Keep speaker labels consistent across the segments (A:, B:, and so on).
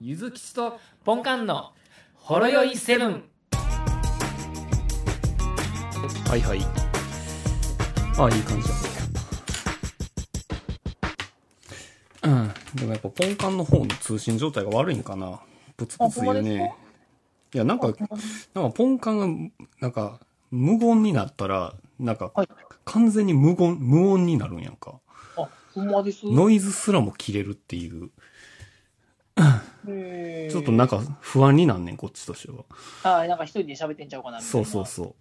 A: ゆずきちとポンカンのほろよいセブン。
B: はいはい。ああ、いい感じだね。やっぱうん。でもやっぱポンカンの方の通信状態が悪いんかな。ブツブツ言うね。いや、なんか、なんかポンカンが、なんか、無言になったら、なんか、
C: はい
B: 完全に無言、無音になるんやんか。
C: あ、ほんまです
B: ノイズすらも切れるっていう、
C: ち
B: ちょっとなんか不安になんねん、こっちとしては。
C: はい、なんか一人で喋ってんちゃうかなみたい
B: そう
C: な。
B: そうそ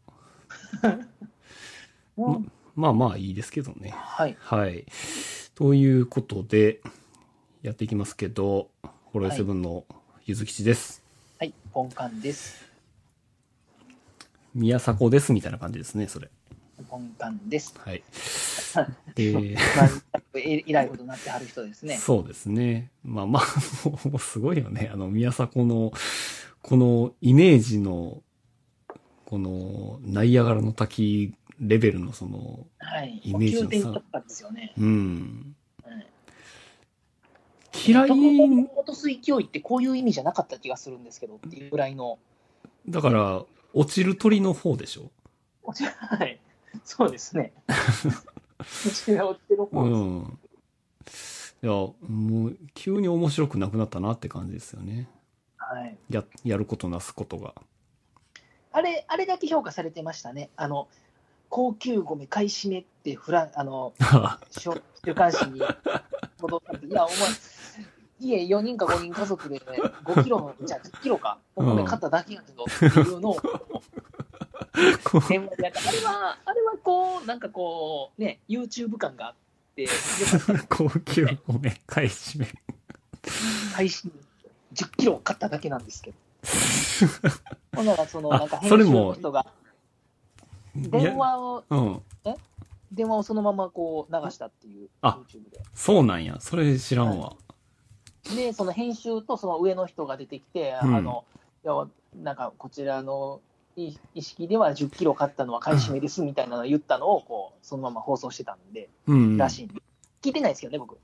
B: う。
C: うん。
B: まあまあいいですけどね。
C: はい。
B: はい。ということで、やっていきますけど、ホロイセブンのゆずきちです。
C: はい、ポンカンです。
B: 宮迫です、みたいな感じですね、それ。
C: ポンカンです。
B: はい。
C: はい
B: えー
C: ええらいことになってはる人ですね。
B: そうですね。まあまあ、 もうもうすごいよね。あの、宮迫の、このイメージの、この、ナイアガラの滝レベルのその、
C: はい。
B: イメージのさ
C: 9点突破ですよね。
B: うん。
C: うん
B: 嫌い
C: ど、こも落とす勢いってこういう意味じゃなかった気がするんですけどっていうぐらいの。
B: だから、落ちる鳥の方でしょ。
C: はい。そうですね。こちら落ちてる
B: う
C: 方です
B: ん。いや、もう、急に面白くなくなったなって感じですよね。
C: はい。
B: や、やることなすことが。
C: あれ、あれだけ評価されてましたね。あの、高級米買い占めってフラン、あの、週刊誌に戻ったんでいや、お前、家4人か5人家族で、ね、5キロの、じゃあ10キロか、お米買っただけやけどっていうのを、
B: こ
C: 電話でやった。あれは、あれはこう、なんかこう、ね、YouTube 感があって、よかった
B: う 高級米買い占め。
C: 配信10キロ買っただけなんですけど。ほんなら、その、
B: あ
C: なんか、編
B: そ
C: 集
B: れも
C: の人が、
B: い
C: 電
B: や
C: 話を、
B: うん。
C: 電話をそのままこう流したっていう、
B: あ
C: YouTube で。
B: そうなんや。それ知らんわ。
C: で、その編集とその上の人が出てきて、
B: うん
C: あの、いや、なんかこちらのい意識では10キロ買ったのは買い占めですみたいなのを言ったのを、こう、そのまま放送してたんで、
B: うん。
C: らしいんで。聞いてないですけどね、僕。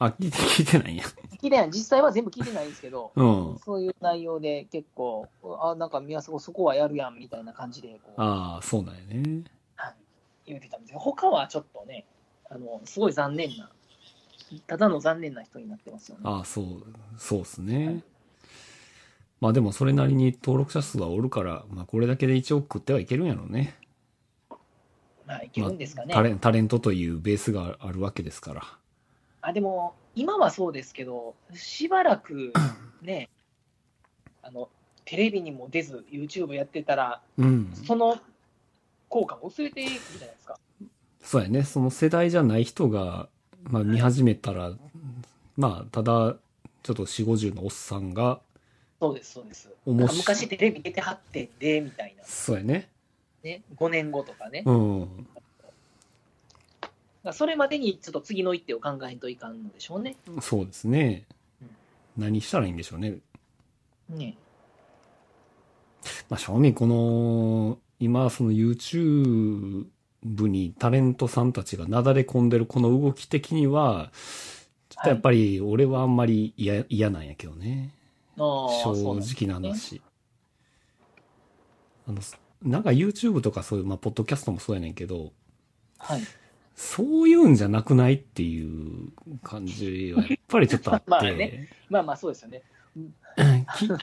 B: あ、聞いて、聞いてないんや。
C: 聞いてない。実際は全部聞いてないんですけど、
B: うん。
C: そういう内容で結構、あ、なんか宮迫そこはやるやんみたいな感じで、こう、
B: ああ、そうなんやね。
C: 言ってたんですけど、他はちょっとね、あの、すごい残念な、ただの残念な人になってますよね。
B: ああ、そう、そうっすね。まあでもそれなりに登録者数はおるから、まあこれだけで一応食ってはいけるんやろうね。
C: まあ、いけるんですかね。
B: タレンタレントというベースがあるわけですから。
C: あでも、今はそうですけど、しばら くね、あのテレビにも出ず、YouTube やってたら、
B: うん。
C: その効果も薄れていくじゃないですか。
B: そうやね。その世代じゃない人が、まあ見始めたら、まあただ、ちょっと4、50のおっさんが、
C: そうです、そうです。
B: 面
C: なんか
B: 白い
C: 昔テレビ出てはってんで、みたいな、
B: そうやね。
C: ね、5年後とかね、だか
B: うん。
C: らそれまでにちょっと次の一手を考えんといかんのでしょうね。
B: そうですね
C: うん。
B: 何したらいいんでしょうね。
C: ね
B: まあ、正味この、今、その YouTube にタレントさんたちがなだれ込んでるこの動き的には、ちょっとやっぱり俺はあんまり嫌、嫌なんやけどね。
C: あー
B: 正
C: そうなんです
B: 直な話。あの、なんか YouTube とかそういう、まあ、ポッドキャストもそうやねんけど、
C: はい、
B: そういうんじゃなくないっていう感じはやっぱりちょっとあって。
C: まあねまあまあ、そうですよね。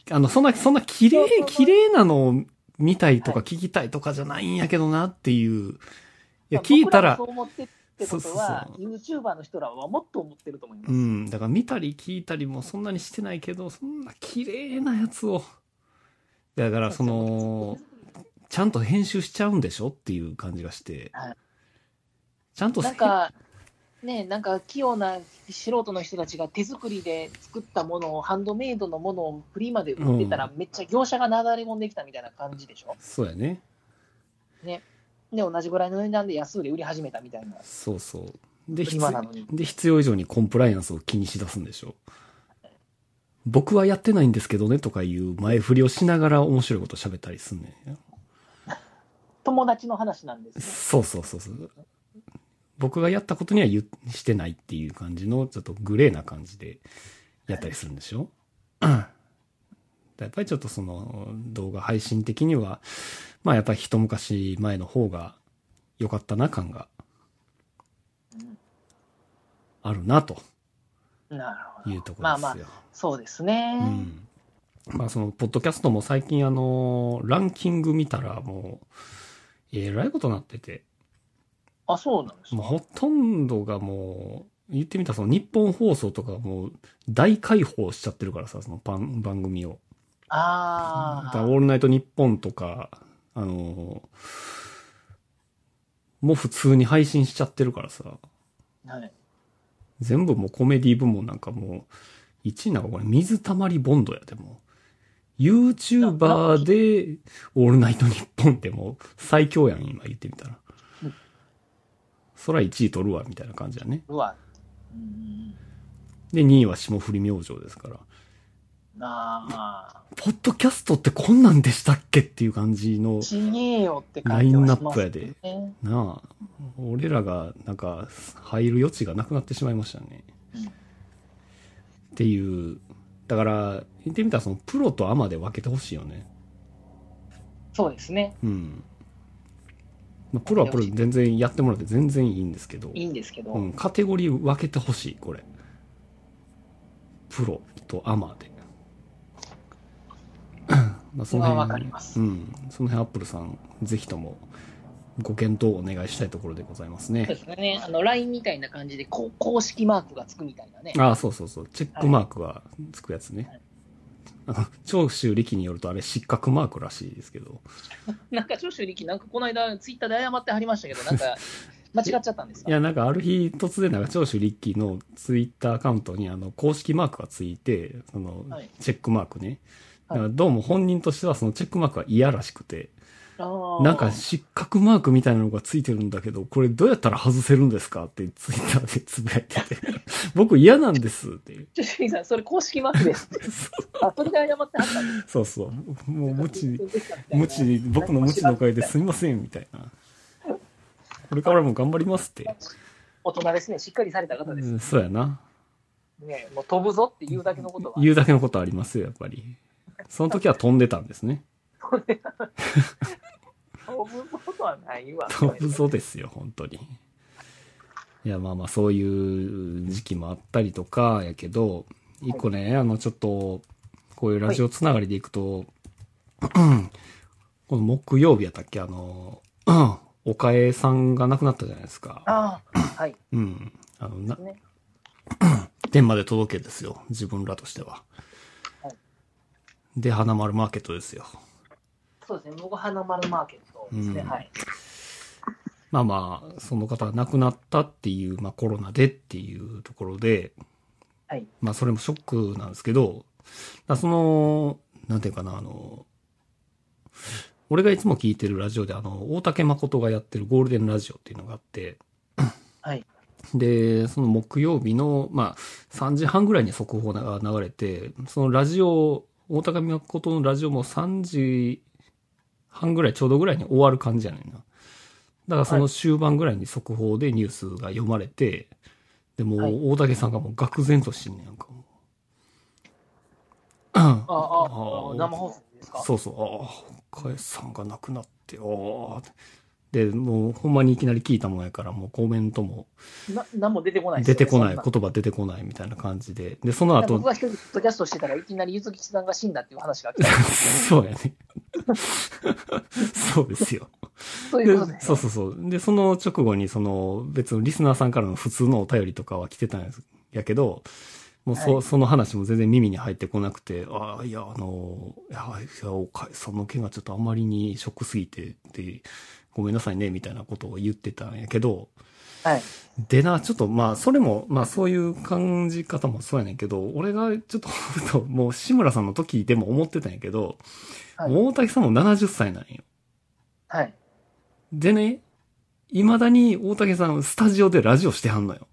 B: きあの、そんな、そんな綺
C: そうそうそ、
B: 麗
C: う
B: 綺麗なのを見たいとか
C: は
B: 聞きたいとかじゃないんやけどなっていう。いや、
C: まあ
B: 聞いたら
C: 僕、もそう思ってるってことは、
B: そう
C: YouTuber の人らはもっと思ってると思います。
B: うん。だから見たり聞いたりもそんなにしてないけど、そんな綺麗なやつを。だから、その、ちゃんと編集しちゃうんでしょっていう感じがして
C: はい。
B: ちゃんとせ
C: なんか、ね、なんか器用な素人の人たちが手作りで作ったものを、ハンドメイドのものをフリーまで売ってたら、めっちゃ業者がなだれ込んできたみたいな感じでしょ。
B: そうやね。
C: で、同じぐらいの値段で安売り売り始めたみたいな、
B: そうそう。で、必
C: 今なのに。
B: で、必要以上にコンプライアンスを気にしだすんでしょ。僕はやってないんですけどねとかいう前振りをしながら面白いこと喋ったりすんねん。
C: 友達の話なんですよ。
B: そうそうそうそう。僕がやったことには言うしてないっていう感じの、ちょっとグレーな感じでやったりするんでしょやっぱりちょっとその動画配信的には、まあやっぱり一昔前の方が良かったな感があるなと
C: なるほど。
B: いうところですよ。
C: まあまそうですね。
B: うん。まあその、ポッドキャストも最近あの、ランキング見たらもう、えらいことなってて、
C: あ、そうなんです
B: もう
C: か。
B: ほとんどがもう、言ってみたらその日本放送とかがもう大解放しちゃってるからさ、その番番組を。だ
C: あ
B: から
C: あ。
B: オールナイトニッポンとか、あのもう普通に配信しちゃってるからさ、
C: はい、
B: 全部もうコメディ部門なんかもう、1位なんかこれ水たまりボンドやでもう。YouTuber で、オールナイトニッポンってもう最強やん、今言ってみたら
C: うん。
B: そら1位取るわ、みたいな感じやね。
C: うわ。うん
B: で、2位は霜降り明星ですから。
C: うん。あ
B: ポッドキャストってこんなんでしたっけっていう感じの
C: あ。、ちげえよって感じはします、ね。
B: ラインナッ
C: やで。
B: プなあ、俺らがなんか入る余地がなくなってしまいましたね。
C: うん
B: っていう、だから、言ってみたらそのプロとアマで分けてほしいよね。
C: そうですね。
B: うん。まあ、プロはプロで全然やってもらって全然いいんですけど、
C: いいんですけど。
B: うん、カテゴリー分けてほしい、これ。プロとアマ で。まあその辺
C: まあわかります
B: うん。その辺、アップルさん、ぜひともご検討お願いしたいところでございます
C: そう
B: ね
C: で。すね。あの、LINE みたいな感じで、こう、公式マークがつくみたいなね。
B: ああ、そうそうそう。チェックマークがつくやつね。あの、長州力によるとあれ失格マークらしいですけど。
C: なんか、長州力、なんかこの間、ツイッターで謝ってはりましたけど、なん か、間違っちゃったんです
B: い
C: か
B: や、なんかある日突然なんか長州力のツイッターアカウントにあの、公式マークがついて、その
C: はい、
B: チェックマークね。
C: はい
B: だからどうも本人としてはそのチェックマークは嫌らしくて、
C: あー
B: なんか失格マークみたいなのがついてるんだけど、これどうやったら外せるんですかってツイッターでつぶやいてて、 僕嫌なんですっていう。
C: 長州力さん、それ公式マークです。 あ、それで謝ってはったんです
B: そうそう。もう無知に。無
C: 無
B: 知に僕の無知のおかげですみませんみたいなこれからも頑張りますって、
C: 大人ですね、しっかりされた方です。
B: うんそうやな
C: ね、もう飛ぶぞって言うだけのことは。
B: 言うだけのことありますよやっぱりその時は飛んでたんですね
C: 飛ぶぞとはないわ。
B: 飛ぶぞですよ本当にいやまあまあそういう時期もあったりとかやけど一個ねあのちょっとこういうラジオつながりでいくと、 この木曜日やったっけあの 岡江さんが亡くなったじゃないですか
C: ああ、はい。
B: うんあのな
C: ね、
B: 天まで届けですよ。自分らとしては。
C: はい
B: で、花丸マーケットですよ。
C: そうですね、僕、花丸マーケットですね、
B: うん
C: はい。
B: まあまあ、その方が亡くなったっていう、まあコロナでっていうところで、
C: はい。
B: まあそれもショックなんですけど、だその、なんていうかな、あの、俺がいつも聞いてるラジオで、あの、大竹誠がやってるゴールデンラジオっていうのがあって、
C: はい。
B: で、その木曜日の、まあ、3時半ぐらいに速報が流れて、そのラジオ、大高誠のラジオも3時半ぐらい、ちょうどぐらいに終わる感じやねんな。だからその終盤ぐらいに速報でニュースが読まれて、で、も
C: はいう
B: 大竹さんがもう愕然としてんねやんか。
C: ああ、
B: あ
C: あ
B: あ
C: あ生放送ですか
B: そうそう、ああ、岡江さんが亡くなって、ああ。で、もうほんまにいきなり聞いたもんやから、もうコメントも
C: な何も出てこないですよ
B: 出
C: ね
B: てこない、
C: そん
B: 言葉出てこないみたいな感じで。で、その後
C: 僕、が一人でポッドキャストしてたらいきなりゆずきちさんが死んだっていう話が来た。
B: そうやね。 そうですよ。
C: そうい
B: で
C: うことで、す
B: そうそうそう。で、その直後に、その、別のリスナーさんからの普通のお便りとかは来てたんやけど、もうそ、
C: はい
B: その話も全然耳に入ってこなくて、ああ、いや、あの、いや、いやおかその件がちょっとあまりにショックすぎて、で、ごめんなさいね、みたいなことを言ってたんやけど、
C: はい。
B: でな、ちょっとまあ、それも、まあそういう感じ方もそうやねんけど、俺がちょっとふと、 もう志村さんの時でも思ってたんやけど、
C: はい
B: もう大竹さんも70歳なんよ。
C: はい。
B: でね、未だに大竹さんスタジオでラジオしてはんのよ。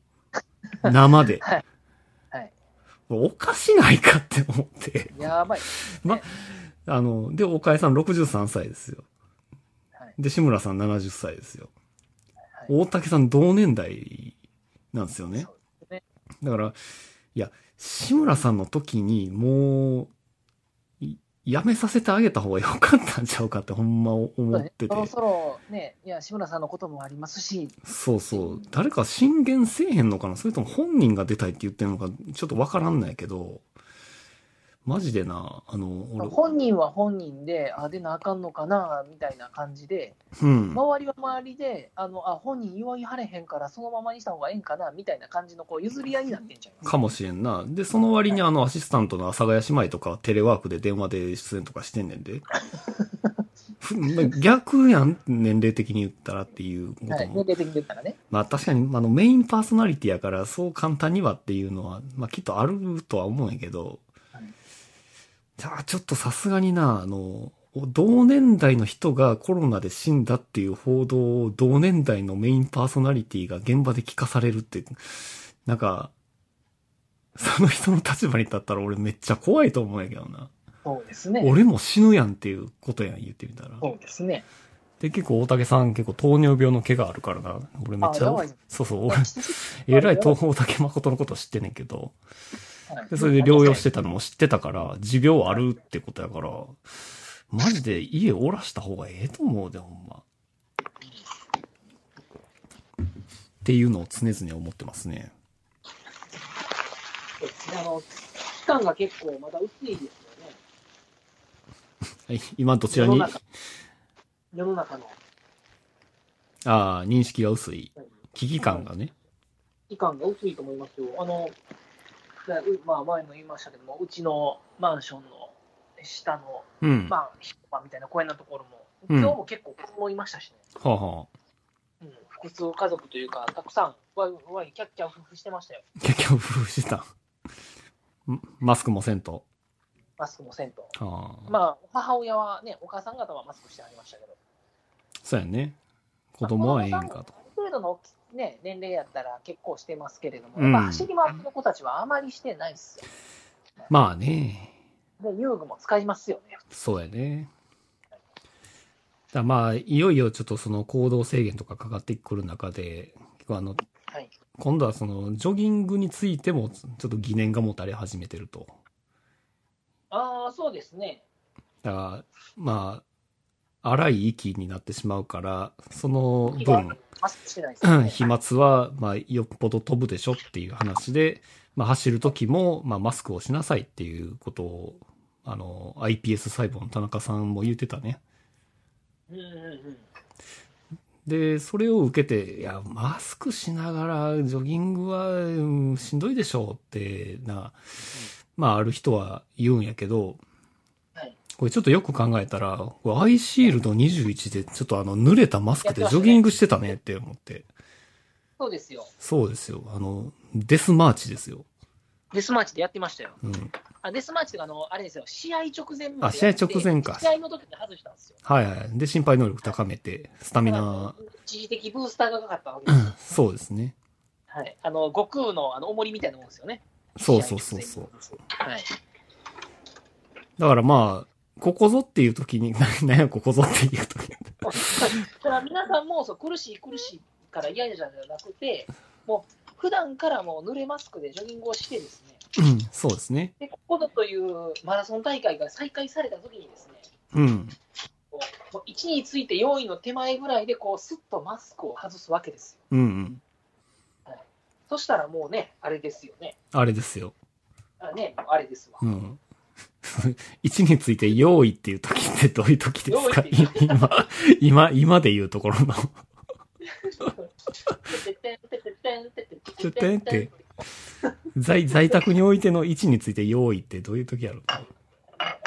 B: 生で。
C: はいはい
B: おかしないかって思って。
C: やばい。
B: あの、で、岡江さん63歳ですよ。
C: はい
B: で、志村さん70歳ですよ。
C: はい
B: 大竹さん同年代なんですよね
C: そうですね。
B: だから、いや、志村さんの時にもう、いやめさせてあげた方がよかったんちゃうかってほんま思
C: そう
B: っ
C: だね
B: て
C: そ。
B: て
C: ろそろね、いや、志村さんのこともありますし、
B: そうそう。誰か進言せえへんのかなそれとも本人が出たいって言ってるのか、ちょっとわからんないけど、マジでな、あの、俺、
C: 本人は本人で、あ、出なあかんのかな、みたいな感じで、
B: うん。
C: 周りは周りで、あの、あ、本人言いはれへんから、そのままにした方がええんかな、みたいな感じの、こう、譲り合いになってんじゃん。
B: かもしれんな。で、その割にあの、アシスタントの阿佐ヶ谷姉妹とか、テレワークで電話で出演とかしてんねん で。ふ逆やん、年齢的に言ったらっていうことも。
C: はい、年齢的に言ったらね。
B: まあ確かに、あの、メインパーソナリティやから、そう簡単にはっていうのは、まあきっとあるとは思うんやけど
C: はい、
B: じゃあちょっとさすがにな、あの、同年代の人がコロナで死んだっていう報道を同年代のメインパーソナリティが現場で聞かされるって、なんか、その人の立場に立ったら俺めっちゃ怖いと思うんやけどな。
C: そうですね。
B: 俺も死ぬやんっていうことやん、言ってみたら。
C: そうですね。
B: で、結構大竹さん結構糖尿病の怪があるからな。俺めっち
C: あや
B: ゃ
C: ばい、。
B: そうそう、俺、えらい東方竹誠のこと知ってんねんけど、でそれで療養しててたのも知ってたから、持病あるってことやから、マジで家おらした方がええと思うで、ほんま。っていうのを常々思ってますね。
C: そうですねあの、期間が結構まだ薄いですよね。
B: はい、今どちらに、
C: 世の
B: あ
C: 中世の中の
B: あー、認識が薄い。危機感がね。
C: 期間が薄いと思いますよ。あの、だうまあ前も言いましたけども、うちのマンションの下の、
B: うん。は
C: まあ、広場みたいな公園のところも、
B: うん
C: 今日も結構子供いましたしね。
B: あ、は
C: うん、複数家族というか、たくさん、ワイワイ、キャッキャ夫婦してましたよ。
B: あ、結局、夫婦してた。んマスクもせんと。
C: マスクもせんと。
B: はあ。
C: まあ、母親はね、お母さん方はマスクしてありましたけど、
B: そうやね。子供はええんかと。
C: ある程度の、ね、年齢やったら結構してますけれども、
B: うん
C: やっぱ走り回ってる子たちはあまりしてないっすよ。
B: まあね。
C: で、遊具も使いますよね。
B: そうやね。だからまあ、いよいよちょっとその行動制限とかかかってくる中で、結構あの、
C: はい。
B: 今度はそのジョギングについてもちょっと疑念が持たれ始めてると。
C: ああ、そうですね。
B: だから、まあ、荒い息になってしまうから、その
C: 息が
B: 分、
C: マスクしてないですよ
B: うん
C: ね。
B: 飛沫は、まあ、よっぽど飛ぶでしょっていう話で、まあ、走る時も、まあ、マスクをしなさいっていうことを、あの、iPS 細胞の田中さんも言ってたね。
C: うんうんうん。
B: で、それを受けて、いや、マスクしながらジョギングは、うんしんどいでしょうって、な、まあ、ある人は言うんやけど、
C: はい
B: これちょっとよく考えたら、これアイシールド21でちょっとあの、濡れたマスクでジョギングしてたねって思って。
C: そうですよ。
B: そうですよ。あの、デスマーチですよ。
C: デスマーチでやってましたよ。
B: うん。
C: あデスマーチというか、あの、あれですよ、試合直前まで
B: あ試合直前か
C: 試合の時に外したんですよ。
B: はいはい。で、心肺能力高めて、スタミ
C: だ
B: ナ
C: か、ら一時的ブースターがかかったわけですよ。
B: そうですね。
C: はい。あの、悟空の、あの、重りみたいなもんですよね。
B: そうそうそうそう。
C: 試合直前に。はい。
B: だからまあ、ここぞっていう時に、な なんやここぞっていう時
C: だから皆さんもそう苦しい苦しいから嫌じゃなくて、もう普段からもう濡れマスクでジョギングをしてですね、
B: うん、そうですね。
C: でここぞというマラソン大会が再開された時にですね、
B: うん。
C: こうもう1位について4位の手前ぐらいでこうスッとマスクを外すわけですよ。
B: うんうん。
C: そしたらもうね、あれですよね。
B: あれですよ。
C: あね、あれですわ。
B: うん。1について用意っていう時ってどういう時ですか
C: 用意
B: い今、今、今で言うところの。
C: てってんてってってんてって
B: て
C: っ
B: って
C: て
B: ん
C: ん
B: て在、在宅においての1について用意ってどういう時やろうあ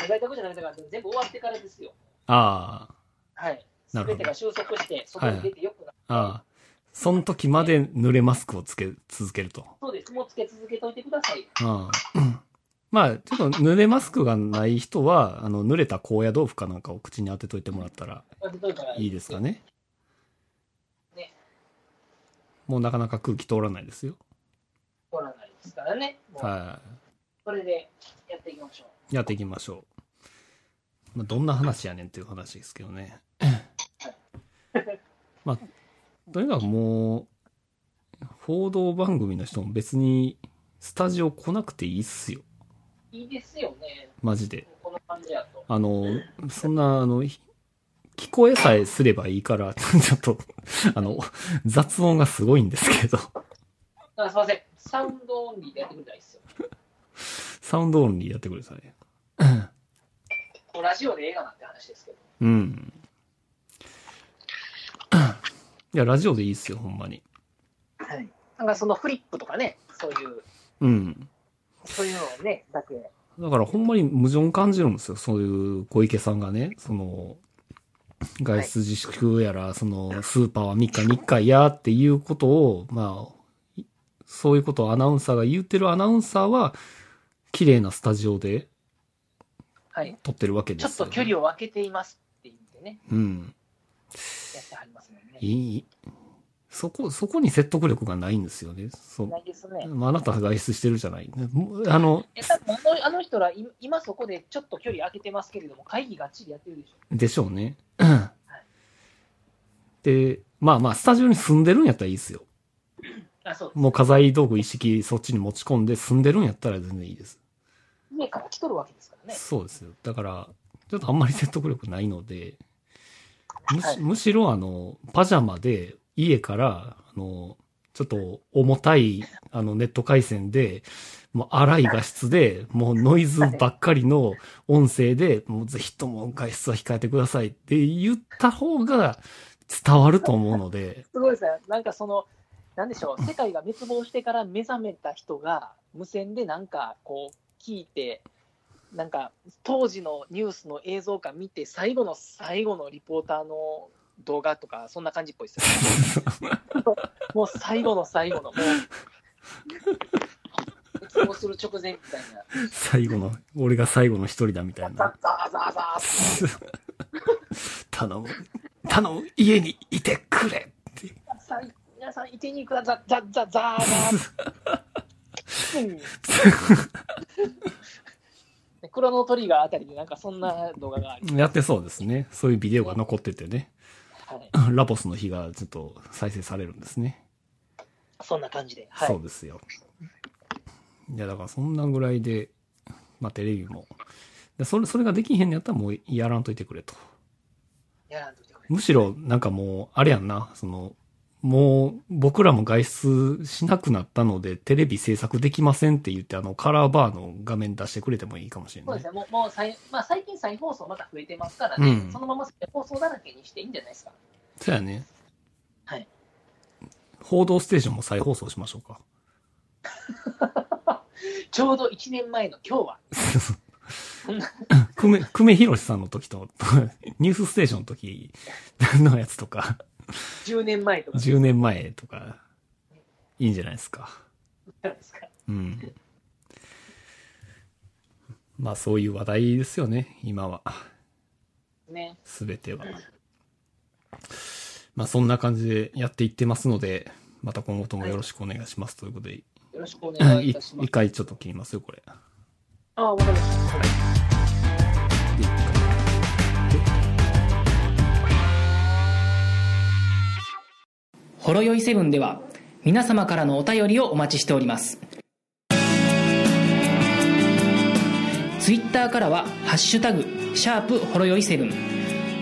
C: 在宅じゃないだから全部終わってからですよ。
B: あ、
C: はい。
B: な
C: す
B: るほど
C: べてが収束して、外に出てよくなる。
B: ああ。その時まで濡れマスクをつけ、続けると。
C: そうです。もうつけ続けといてください。
B: ああ。 まあ、ちょっと濡れマスクがない人は、あの、濡れた高野豆腐かなんかを口に当てといてもらったら
C: 例えば
B: いいですかね。
C: ね
B: もうなかなか空気通らないですよ。
C: コロナですからね。もう
B: は
C: それでやっていきましょ
B: い。やっていきましょう。まあ、どんな話やねんっていう話ですけどね。まあ、とにかくもう、報道番組の人も別にスタジオ来なくていいっすよ。
C: いいですよね。
B: マジで。
C: この感じやと。
B: あの、そんな、あの、ひ聞こえさえすればいいから、 ちょっと、あの、雑音がすごいんですけど、
C: あすみません。サウンドオンリーでやってくれたらいいですよ。
B: サウンドオンリーやってください。
C: もうラジオで映画なんて話ですけど。
B: うん。いや、ラジオでいいっすよ、ほんまに。
C: はい。なんかそのフリップとかね、そういう、
B: うん。
C: そういうのをね、だけ。
B: だからほんまに矛盾感じるんですよ。そういう小池さんがね、その、外出自粛やら、その、スーパーは3日に1回やっていうことを、まあ、いそういうことをアナウンサーが言ってるアナウンサーは、綺麗なスタジオで
C: はい。
B: 撮ってるわけで
C: ちょっ
B: すよ
C: と距離を空けていますって言ってね、
B: うん。
C: やってはりますもんね。
B: いい。そこ、そこに説得力がないんですよね。そう
C: な。いですね。
B: まああなたが外出してるじゃない。もうあの、
C: え多分あのあの人らい今そこでちょっと距離空けてますけれども、会議がっちりやってるでしょ。
B: でしょうね。で、まあまあ、スタジオに住んでるんやったらいいですよ。
C: あ、そう
B: もう家財道具一式そっちに持ち込んで住んでるんやったら全然いいです。
C: 家から来とるわけですからね。
B: そうですよ。だから、ちょっとあんまり説得力ないので、むし,、
C: はい
B: むしろあの、パジャマで家から、あの、ちょっと重たい、あの、ネット回線で、もう荒い画質で、もうノイズばっかりの音声で、もうぜひとも外出は控えてくださいって言った方が伝わると思うので、
C: すごいですね。なんかその、なんでしょう、世界が滅亡してから目覚めた人が、無線でなんかこう、聞いて、なんか当時のニュースの映像化見て、最後の最後のリポーターの動画とか、そんな感じっぽい ですよ、もう最後の最後の、もう、滅亡する直前みたいな、
B: 最後の、俺が最後の一人だみたいな
C: ザ。ッザーザーザーって
B: 頼む。頼む。家にいてくれ。
C: 皆さん、皆さん、いてにください、ザッザッザーザー。うんでクロノトリガーあたりでなんかそんな動画があり、
B: やってそうですね。そういうビデオが残っててね。
C: はい、
B: ラボスの日がちょっと再生されるんですね。
C: そんな感じで、は
B: そう
C: い、
B: ですよ。いや、だからそんなぐらいで、まあテレビも。でそれ、それができへんのやったらもうやらんといてくれと。
C: やらんといてくれ。
B: むしろ、なんかもう、あれやんな、その、もう、僕らも外出しなくなったので、テレビ制作できませんって言って、あの、カラーバーの画面出してくれてもいいかもしれ
C: そう
B: な
C: です。
B: い
C: ね、もうもう再、まあ、最近再放送また増えてますからね、
B: うん
C: そのまま再放送だらけにしていいんじゃないですか。
B: そうやね。
C: はい。
B: 報道ステーションも再放送しましょうか。
C: ちょうど1年前の今日は、
B: 久米、久米宏さんの時と、ニュースステーションの時のやつとか、
C: 10年前とかじ
B: 10年前とか、いいんじゃないですか。
C: ゃないですか。
B: うん。まあそういう話題ですよね、今は。
C: ね、
B: すべては。まあそんな感じでやっていってますので、また今後ともよろしくお願いしますということで、
C: よろしくお願いい
B: い
C: たします
B: 一。回ちょっと切りますよ、これ。
C: ああ、わかりました。
A: ほろよいセブンでは皆様からのお便りをお待ちしておりますツイッターからは「ハッシュタグシャープほろよいセブン」